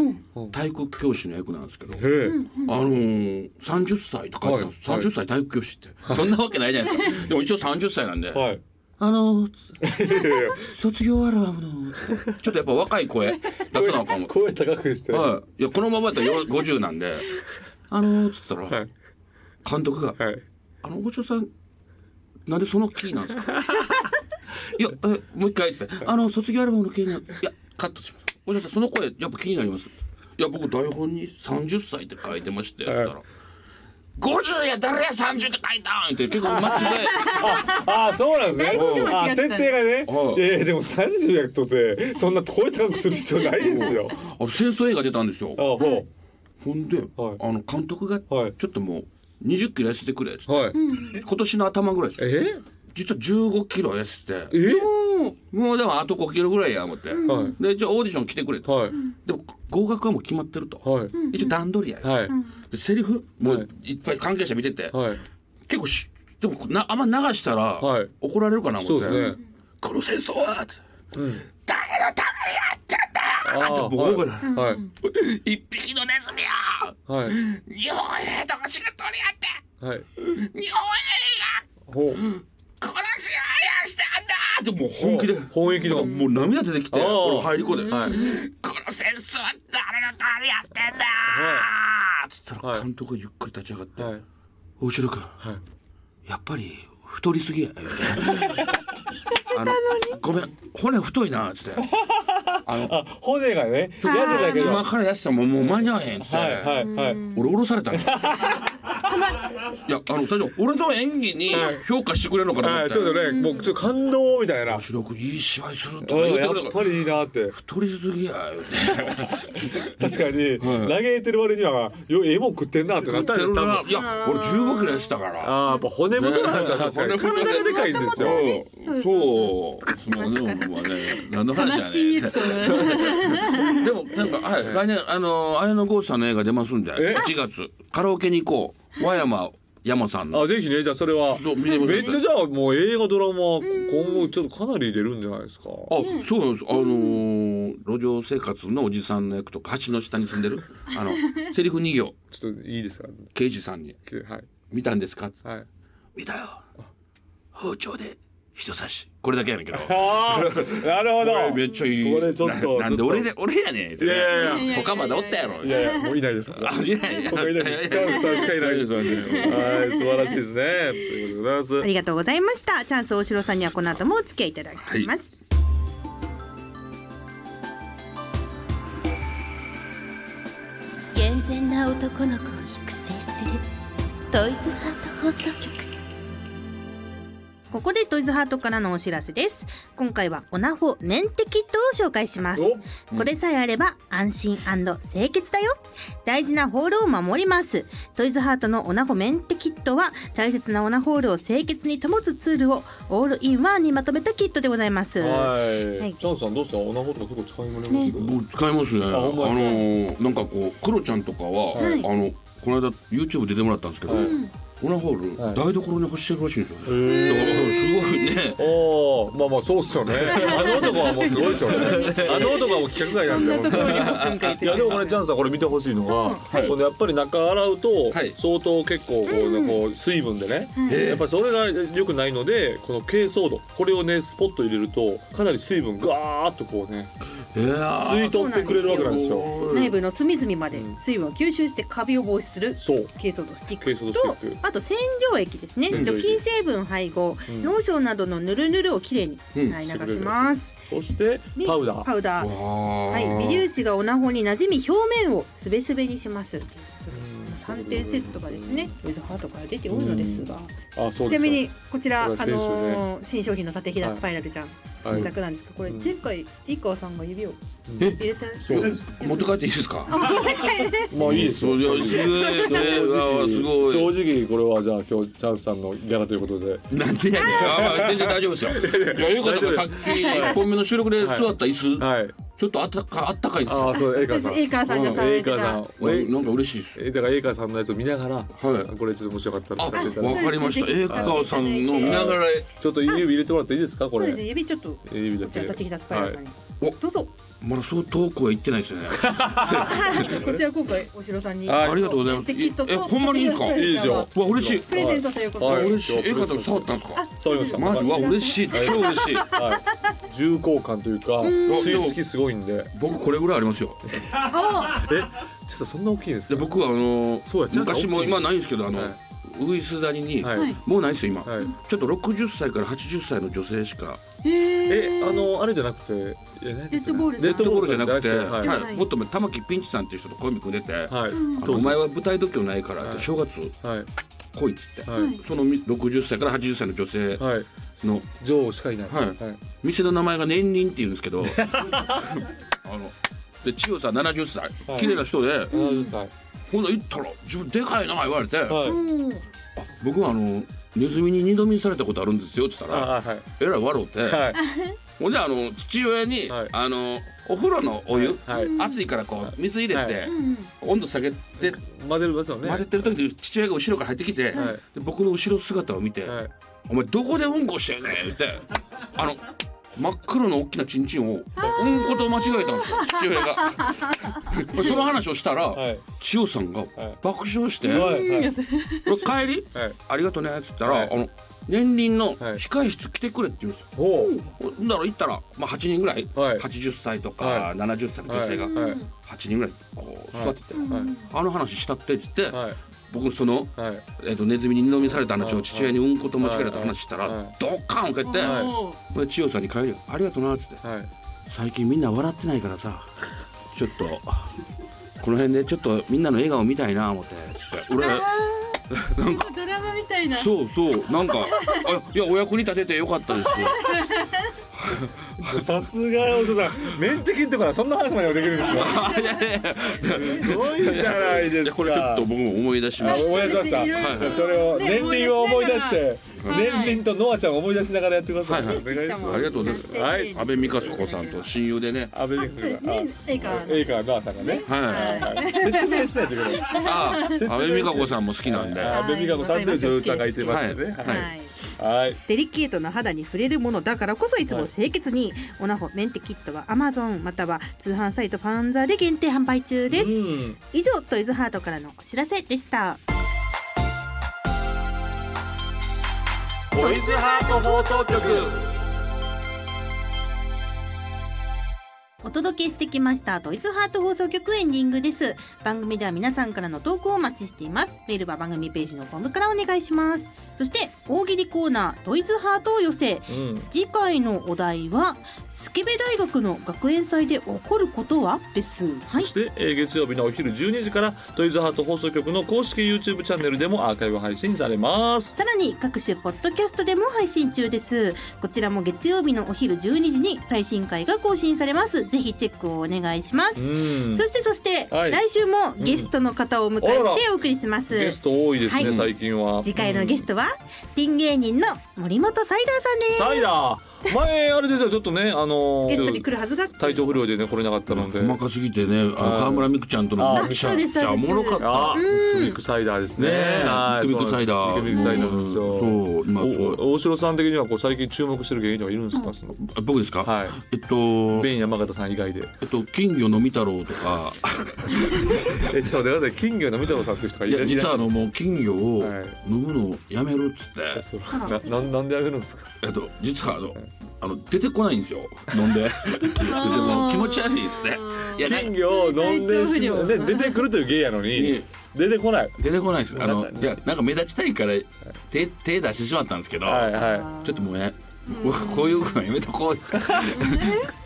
Speaker 3: 体育教師の役なんですけど、
Speaker 2: えー、
Speaker 3: あのー、30歳とかって書いてたんです、
Speaker 2: はい
Speaker 3: 30歳体育教師って、そんなわけないじゃないですかでも一応30歳なんで、
Speaker 2: はい
Speaker 3: あ のー、
Speaker 2: いやいやいや
Speaker 3: 卒業アルバムのちょっとやっぱ若い声出さなあか んもん
Speaker 2: 声高くして
Speaker 3: はい、いやこのままだったらよ50なんで「あのー」っつったら、
Speaker 2: はい
Speaker 3: 監督が
Speaker 2: はい
Speaker 3: 「あのお嬢さんなんでそのキーなんですか? 」いやえもう一回」っつって「あの卒業アルバムのキーな…いやカットします」「お嬢さんその声やっぱ気になります」「いや僕台本に30歳って書いてまして」っつったら「50や誰や30って書いたん!」って結構間違
Speaker 2: ああそうなんですね。
Speaker 4: だいぶ
Speaker 2: あ
Speaker 4: 間違
Speaker 2: ー
Speaker 4: ってた
Speaker 2: 設定がね。
Speaker 3: はい
Speaker 2: いやいやでも三十やっとってそんな声高くする必要ないですよ。
Speaker 3: えあの戦争映画出たんですよ
Speaker 2: あほう
Speaker 3: ほんで、
Speaker 2: はい
Speaker 3: あの監督がち
Speaker 2: は
Speaker 3: ょ
Speaker 2: い
Speaker 3: っともう20キロ痩せてくれっつって、
Speaker 2: はい。
Speaker 3: 今年の頭ぐらいです
Speaker 2: え
Speaker 3: 実は15キロ痩せて
Speaker 2: え
Speaker 3: もうでもあと5キロぐらいや思って、
Speaker 2: はい
Speaker 3: で一応オーディション来てくれと、
Speaker 2: はい
Speaker 3: でも合格はもう決まってると、
Speaker 2: はい
Speaker 3: 一応段取りやよ、
Speaker 2: はい
Speaker 3: でセリフも
Speaker 2: は
Speaker 3: ういっぱい関係者見てて、
Speaker 2: はい。
Speaker 3: 結構しでもなあんま流したら、
Speaker 2: はい
Speaker 3: 怒られるかな思
Speaker 2: そう
Speaker 3: って
Speaker 2: ですね。
Speaker 3: この戦争は
Speaker 2: うん。
Speaker 3: 誰のためにやってんだ
Speaker 2: ああ
Speaker 3: 僕
Speaker 2: はい
Speaker 3: 覚えない
Speaker 2: はい
Speaker 3: 一匹のネズミよ
Speaker 2: はい
Speaker 3: 日本兵同士が取り
Speaker 2: はい。
Speaker 3: 合って日本
Speaker 2: ほう。
Speaker 3: 兵が殺し合いをしたんだってもう本気で
Speaker 2: 本域の。
Speaker 3: もう涙出てきて
Speaker 2: ああ
Speaker 3: 俺入り込んで、
Speaker 2: はい
Speaker 3: この戦争は誰のためにやってんだっつった
Speaker 2: は
Speaker 3: ら
Speaker 2: い
Speaker 3: 監督がゆっくり立ち上がって
Speaker 2: はい
Speaker 3: 「大城君
Speaker 2: はい。
Speaker 3: やっぱり太りすぎや」あのごめん骨太いな」っつって「あの
Speaker 2: あ骨がね。ちょっと痩せたけど。
Speaker 3: 今
Speaker 2: は
Speaker 3: からやってたらもうもう間に合わへん」っつって、
Speaker 2: いはいはい。
Speaker 3: 俺降ろされ たのいやあの最初俺の演技に評価してくれるのかなと
Speaker 2: はい
Speaker 3: 思って
Speaker 2: そうだね。もうちょっと感動みたいな。
Speaker 3: 白くいい芝居すると
Speaker 2: う
Speaker 3: か
Speaker 2: ん
Speaker 3: 言うて
Speaker 2: や
Speaker 3: くれた
Speaker 2: っ
Speaker 3: か
Speaker 2: ぱ
Speaker 3: ら
Speaker 2: りいいなって
Speaker 3: 太りすぎや言うて
Speaker 2: 確かに
Speaker 3: はい
Speaker 2: 投げてる割にはよええもん食ってんなってなった
Speaker 3: い
Speaker 2: よ多分
Speaker 3: や俺15キロやってたから
Speaker 2: ああやっぱ骨太なんですよ確かに体がでかいんですよ
Speaker 3: そうそうまあでもまあね何の話
Speaker 4: 悲
Speaker 3: や
Speaker 4: しいエ
Speaker 3: ね
Speaker 4: ピソード。
Speaker 3: でもなんかはい来年あの綾野剛さんの映画出ますんで
Speaker 2: え
Speaker 3: 1月カラオケに行こう和山山さんの
Speaker 2: あぜひねじゃあそれは
Speaker 3: どう見てみて
Speaker 2: めっちゃじゃあもう映画ドラマ今後ちょっとかなり出るんじゃないですか
Speaker 3: あ、そうなんです。あのー路上生活のおじさんの役とか橋の下に住んでるあのセリフ2行
Speaker 2: ちょっといいですか
Speaker 3: 刑事さんに
Speaker 2: はい
Speaker 3: 「見たんですか?」っつって
Speaker 2: はい
Speaker 3: 「見たよ包丁で人差し」これだけやねんけど。
Speaker 2: ああなるほ
Speaker 3: これ
Speaker 2: ど
Speaker 3: めっちゃいい。
Speaker 2: これちょっと
Speaker 3: ななんで俺で俺やねん。
Speaker 2: いやいやい
Speaker 4: や
Speaker 3: 他までおったやろ。
Speaker 2: いやいやもういないです
Speaker 3: あいやいや。
Speaker 2: ここいないですチャンスさんしかいないです
Speaker 3: そうですそうです
Speaker 2: はい素晴らしいですねということでござい
Speaker 1: あ
Speaker 2: ます
Speaker 1: りがとうございました。チャンス大城さんにはこの後もお付き合いいただきます。
Speaker 5: 健全な男の子を育成するトイズハート放送局
Speaker 1: ここでトイズハートからのお知らせです。今回はオナホ年滴キットを紹介します。これさえあれば安心清潔だよ。大事なホールを守ります。トイズハートのオナホメンテキットは大切なオナホールを清潔に保つツールをオールインワンにまとめたキットでございます。
Speaker 2: おはい、
Speaker 1: はい
Speaker 2: チャンスさんどうですかオナホとか結構使い物あります、
Speaker 3: もう使いますね。
Speaker 2: ほ
Speaker 3: あの
Speaker 2: んま
Speaker 3: ーなんかこうクロちゃんとかは
Speaker 2: はい
Speaker 3: あのこの間 YouTube 出てもらったんですけど
Speaker 2: はい、
Speaker 3: オナホール
Speaker 2: はい
Speaker 3: 台所に干してるらしいんですよね。
Speaker 2: へ
Speaker 3: だ
Speaker 2: ー
Speaker 3: からすごいね。
Speaker 2: おーまあまあそうっすよねあの男はもうすごいですよねあの男はもう企画外なんだよいやでもこれチャンスさんこれ見てほしいのは、
Speaker 3: い
Speaker 2: このやっぱり中洗うと
Speaker 3: はい
Speaker 2: 相当結構こう,、こう水分でね、やっぱりそれが良くないのでこの珪藻土これをねスポッと入れるとかなり水分ガーッとこうね
Speaker 3: いや
Speaker 2: 吸い取ってくれるわけなんですよ
Speaker 1: 内部の隅々まで水分を吸収してカビを防止する
Speaker 2: そう
Speaker 1: 珪藻土スティッ
Speaker 2: 珪
Speaker 1: ク
Speaker 2: 藻土
Speaker 1: と
Speaker 2: スティッ
Speaker 1: あと洗浄液ですね
Speaker 2: 洗浄
Speaker 1: 除
Speaker 2: 液
Speaker 1: 菌成分配合、
Speaker 2: うん
Speaker 1: 脳症などのヌルヌルをきれいに
Speaker 3: うん
Speaker 1: 洗い流します、
Speaker 2: そして
Speaker 1: で
Speaker 2: パウダー
Speaker 1: パウダー
Speaker 3: は
Speaker 1: はい、微粒子がオナホに馴染み表面をすべすべにしますっていう3点セットがですねウィズハートから出ておるのですが、
Speaker 2: あそう
Speaker 1: ちな
Speaker 2: です
Speaker 1: みにこちら、
Speaker 2: こ
Speaker 1: あ
Speaker 2: れ
Speaker 1: の
Speaker 2: 先週ね
Speaker 1: ー新商品の縦ひだスパイラルちゃん、
Speaker 2: はい
Speaker 1: 新作なんですけどこれ
Speaker 2: うん
Speaker 1: 前回井川さんが指を
Speaker 2: え
Speaker 1: 入れた、
Speaker 2: そうです
Speaker 3: 持って帰っていいですか。
Speaker 2: まあいいですよ
Speaker 3: いや
Speaker 2: 正直
Speaker 3: すごいそれはすごい
Speaker 2: 正直これはじゃあ今日チャンスさんのギャラということで
Speaker 3: なんでやねん。あまあ全然大丈夫ですよ。いや、いうことがさっき、一本目の収録で座った椅子、
Speaker 2: はい
Speaker 3: ちょっとあったか、あったかいです
Speaker 2: あ
Speaker 3: よ。
Speaker 2: あそうエイカさん
Speaker 1: 江川さんがさ
Speaker 2: エ
Speaker 1: れ
Speaker 2: イ
Speaker 1: て
Speaker 2: カ
Speaker 1: た
Speaker 2: さん
Speaker 3: な
Speaker 2: え
Speaker 3: なんか嬉しいです。
Speaker 2: えだからエイカさんのやつを見ながら
Speaker 3: はい
Speaker 2: これちょっと面白かったら
Speaker 3: あ、わ
Speaker 2: 使
Speaker 3: か
Speaker 2: っていただいて
Speaker 3: りました。栄川さんの見ながら、
Speaker 2: ちょっと指入れてもらっていいですかこ
Speaker 1: そう
Speaker 2: れ
Speaker 1: ですね指ちょっとこ
Speaker 2: 指だ
Speaker 1: ちら
Speaker 2: け
Speaker 1: 縦ひだスパイラルさんに、
Speaker 3: はい
Speaker 1: どうぞ
Speaker 3: まだそう遠くは行ってないですよね。
Speaker 1: はいこちら今回お城さんに、
Speaker 2: はい
Speaker 3: ありがとうございます
Speaker 1: テキットと
Speaker 3: えほんまにいいんですか
Speaker 1: 縦ひだスパイラルさんが
Speaker 2: いいです
Speaker 3: うわ、嬉しい。
Speaker 1: プレゼントということで、
Speaker 2: はい
Speaker 3: 嬉しい。栄川さん触ったんですか。
Speaker 2: 触りました
Speaker 3: マジ、うわ、
Speaker 2: はい
Speaker 3: 嬉しい。超嬉しい。
Speaker 2: はい重厚感というか吸い付きすごいんで
Speaker 3: 僕これぐらいありますよ。
Speaker 2: えちょっとそんな大きいんです
Speaker 3: で、
Speaker 2: か
Speaker 3: 僕はあの
Speaker 2: そうや、
Speaker 3: 昔も今ないんですけど、あの
Speaker 2: はい、
Speaker 3: ウイスダニに
Speaker 2: は。い
Speaker 3: もうないですよ、今。
Speaker 2: はい
Speaker 3: ちょっと60歳から80歳の女性しか
Speaker 2: えあのあれじゃなくてえ何だっけな
Speaker 4: デッドボールさん
Speaker 2: デッ
Speaker 3: と
Speaker 2: ド
Speaker 3: こ
Speaker 2: ボー
Speaker 3: ろ
Speaker 2: ル
Speaker 3: じゃなくて、
Speaker 2: はいは
Speaker 3: はいいもっと前玉木ピンチさんっていう人とコンビ組んでて、
Speaker 2: はい
Speaker 3: あのお前は舞台度胸ないからって正月
Speaker 2: はい
Speaker 3: 来いっつって、
Speaker 2: はい
Speaker 3: その60歳から80歳の女性
Speaker 2: はい
Speaker 3: の
Speaker 2: 女王しかいない
Speaker 3: はい店の名前が年輪っていうんですけど あので千代さん70歳
Speaker 2: はい
Speaker 3: 綺麗な人で
Speaker 2: 70歳
Speaker 3: ほんなら行ったら自分でかいな言われて、
Speaker 2: はい
Speaker 4: うん
Speaker 3: あ僕はあのネズミに二度見されたことあるんですよって言ったら
Speaker 2: あはい
Speaker 3: えらい笑うて、
Speaker 2: はい
Speaker 3: ほんじゃあの父親に、
Speaker 2: はい
Speaker 3: あのお風呂のお湯、
Speaker 2: はい
Speaker 3: 熱いからこう水入れて、
Speaker 2: は
Speaker 4: うん
Speaker 3: 温度下げて
Speaker 2: 混ぜますよね
Speaker 3: 混ぜてる時に父親が後ろから入ってきて、
Speaker 2: はい
Speaker 3: で僕の後ろ姿を見て、
Speaker 2: はい
Speaker 3: お前どこでうんこしてんねん」言ってあの真っ黒の大きなチンチンをうんこと間違えたんで すよ父親がその話をしたら、
Speaker 2: はい
Speaker 3: 千代さんが爆笑して「
Speaker 2: はいはい
Speaker 4: いやそれ
Speaker 3: 俺帰り
Speaker 2: はい
Speaker 3: ありがとうね」っつったら、
Speaker 2: はい
Speaker 3: あの年輪の
Speaker 2: はい
Speaker 3: 控え室来てくれって言うんですよ
Speaker 2: おう
Speaker 3: ほんだら行ったら、まあ、8人ぐらい、
Speaker 2: はい
Speaker 3: 80歳とか、
Speaker 2: は
Speaker 3: 70歳の女性が、
Speaker 2: はいはい
Speaker 3: 8人ぐらいこう座ってて、
Speaker 2: はい
Speaker 3: あの話したってっつって、
Speaker 2: はい
Speaker 3: 僕その、
Speaker 2: はい
Speaker 3: えー、とネズミに二度見された話
Speaker 2: は
Speaker 3: を
Speaker 2: い
Speaker 3: 父親にうんこと間違えた話したら、
Speaker 2: はい
Speaker 3: ドカン受けて、
Speaker 2: はい
Speaker 4: も
Speaker 3: これ千代さんに帰るよありがとうなっつって
Speaker 2: はい
Speaker 3: 最近みんな笑ってないからさちょっとこの辺でちょっとみんなの笑顔見たいな思ってつって 俺
Speaker 4: うドラマみたいな
Speaker 3: そうそうなんかあいやお役に立ててよかったですよ
Speaker 2: さすがお父さん面的とからそんな話までできるんですよ
Speaker 3: あいやいやいや
Speaker 2: すごいじゃないです
Speaker 3: いや
Speaker 2: か
Speaker 3: これちょっと僕も思い出しま
Speaker 2: あ
Speaker 3: した
Speaker 2: 思い出しました、
Speaker 4: いろいろ
Speaker 2: じゃあそれを
Speaker 4: ね
Speaker 2: 年輪を思い出して
Speaker 4: い
Speaker 2: 年輪とノアちゃんを思い出しながらやってください、
Speaker 3: はいは
Speaker 2: お
Speaker 3: い
Speaker 2: 願いします
Speaker 3: ありがとうございます、
Speaker 2: は
Speaker 3: はいい、安倍美香子さんと親友でね
Speaker 2: 安倍美香が
Speaker 4: ねええから
Speaker 2: あえいからノアさんがね、
Speaker 3: はい
Speaker 2: はい、説明しないといけないです
Speaker 3: あ安倍美香子さんも好きなんで、
Speaker 2: はい安倍美香子さんという女優さんがいてますね
Speaker 3: は
Speaker 1: は
Speaker 3: い
Speaker 1: い
Speaker 2: はい、はい
Speaker 1: デリケートな肌に触れるものだからこそいつも清潔に、オナホメンテキットは Amazon または通販サイトファンザで限定販売中です、
Speaker 2: うん
Speaker 1: 以上トイズハートからのお知らせでした
Speaker 2: トイズハート放送局
Speaker 1: お届けしてきましたトイズハート放送局エンディングです番組では皆さんからの投稿をお待ちしていますメールは番組ページのフォームからお願いしますそして大喜利コーナートイズハートを寄せ
Speaker 2: うん
Speaker 1: 次回のお題はスケベ大学の学園祭で起こることはですは
Speaker 2: そ
Speaker 1: い
Speaker 2: して、えー月曜日のお昼12時からトイズハート放送局の公式 YouTube チャンネルでもアーカイブ配信されます
Speaker 1: さらに各種ポッドキャストでも配信中ですこちらも月曜日のお昼12時に最新回が更新されますぜひチェックをお願いしま
Speaker 2: う
Speaker 1: す、
Speaker 2: ん
Speaker 1: そしてそして、
Speaker 2: はい
Speaker 1: 来週もゲストの方をお迎えしてお送りします、
Speaker 2: ゲスト多いですね、
Speaker 1: はい
Speaker 2: 最近は
Speaker 1: 次回のゲス
Speaker 2: ト
Speaker 1: トはピン芸人の森本サイダーさんです
Speaker 2: サイダー前あれですよちょっとねあのー
Speaker 1: ゲストに来るはずが
Speaker 2: 体調不良でね来れなかったので
Speaker 3: 細かすぎてね、あの
Speaker 2: はい
Speaker 3: 川村美空ちゃんとの
Speaker 2: あ
Speaker 3: めち
Speaker 1: そ
Speaker 3: ゃ
Speaker 1: う
Speaker 3: め
Speaker 1: です
Speaker 3: ちゃおもろか
Speaker 2: あ
Speaker 3: っ
Speaker 2: ー
Speaker 1: うん
Speaker 2: ビッグサイダーです
Speaker 3: た。ね
Speaker 2: ね
Speaker 3: え、
Speaker 2: はい
Speaker 3: ビッグビッグサイダー。
Speaker 2: ビッグビッグサイダーなんですよ
Speaker 3: そう、今そう
Speaker 2: お大城さん的にはこう最近注目してる芸人とかいるんですか、その
Speaker 3: あ僕ですか、
Speaker 2: はい
Speaker 3: えっと、
Speaker 2: ベン山形さん以外で
Speaker 3: えっと、金魚のみ太郎とか、
Speaker 2: えちょっと待ってください金魚の三郎さんっていう人が
Speaker 3: い
Speaker 2: い
Speaker 3: や、
Speaker 2: る
Speaker 3: 実はあの、もう金魚を
Speaker 2: はい
Speaker 3: 飲むのをやめるっつって、
Speaker 2: それななんなんであげるんですか
Speaker 3: えっと、実はあの、あの、出てこないんですよ、飲んで。でも気持ち悪いっつって。いや、ない
Speaker 2: 金魚を飲んでしまう、ね、出てくるという芸やの
Speaker 3: い
Speaker 2: に
Speaker 3: え
Speaker 2: 出てこない
Speaker 3: 出てこないです。あ
Speaker 2: わか
Speaker 3: の、
Speaker 2: った
Speaker 3: いや、なんか目立ちたいから、手、手出してしまったんですけど、
Speaker 2: はいは
Speaker 3: ちょっともうね、僕こういうのやめとこう。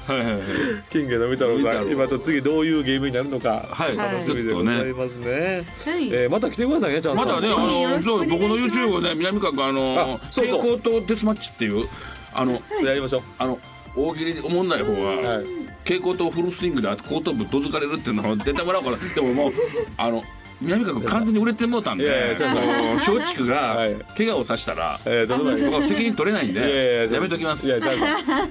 Speaker 3: はいはいはい。
Speaker 2: い金魚の三郎
Speaker 3: 三
Speaker 2: さん
Speaker 3: 太郎
Speaker 2: 今ちょっと次どういうゲームになるのか、
Speaker 3: はい
Speaker 2: 楽しみでございますね
Speaker 4: はい
Speaker 2: えーまた来てくださいねちゃん
Speaker 3: まだね、あの、そう、僕の
Speaker 4: よろしく
Speaker 3: YouTube をね、南川君、あの
Speaker 2: あ、そう
Speaker 3: 蛍
Speaker 2: そう
Speaker 3: 光灯デスマッチっていう、あの、
Speaker 2: やりましょ
Speaker 3: あの、大喜利でおもんない方
Speaker 2: う
Speaker 3: が
Speaker 2: はい、
Speaker 3: 蛍光灯フルスイングで後頭部どつかれるっていうのを出てもらおうかな。で ももう、あの、南川君完全に売れてもうたん
Speaker 2: いやいや、
Speaker 3: で
Speaker 2: ちょっと
Speaker 3: 松竹が
Speaker 2: はい
Speaker 3: 怪我をさしたら、
Speaker 2: えー、どのぐらい
Speaker 3: 僕は責任取れないん
Speaker 2: いやいやい
Speaker 3: で、
Speaker 2: や
Speaker 3: やめときます
Speaker 2: い。や、ちゃんと。なんか違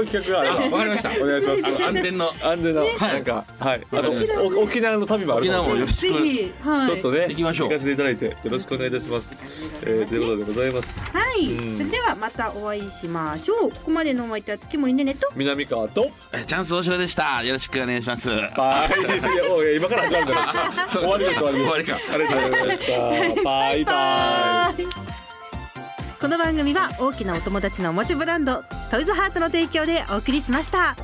Speaker 2: う企画
Speaker 3: あ
Speaker 2: がある
Speaker 3: わかりました。
Speaker 2: お願いします
Speaker 3: あの、安全の、
Speaker 2: 安全な、
Speaker 3: はい
Speaker 2: なんか、はい、あの、
Speaker 3: わかりました
Speaker 2: お沖縄の旅もある
Speaker 3: 沖
Speaker 2: かも
Speaker 3: 縄
Speaker 2: し
Speaker 3: を
Speaker 2: れ
Speaker 3: よ
Speaker 2: ない。
Speaker 3: ろし
Speaker 4: ぜ
Speaker 3: く。
Speaker 4: ひはい
Speaker 2: ちょっとね、
Speaker 3: 行きましょう
Speaker 2: 行かせていただいて、よろしくお願いいたします。えー、ということでございます。
Speaker 1: はい、
Speaker 2: うん
Speaker 1: それではまたお会いしましょうここまでのお相手は月森ねねと
Speaker 2: 南川と。
Speaker 3: チャンス大城でした。よろしくお願いします。
Speaker 2: バイ、いや、もう、今から始まるから。終わりです、終わりです。
Speaker 3: 終わりか
Speaker 2: ありがとうございました。バイバイ。
Speaker 1: この番組は大きなお友達のおもちゃブランドトイズハートの提供でお送りしました。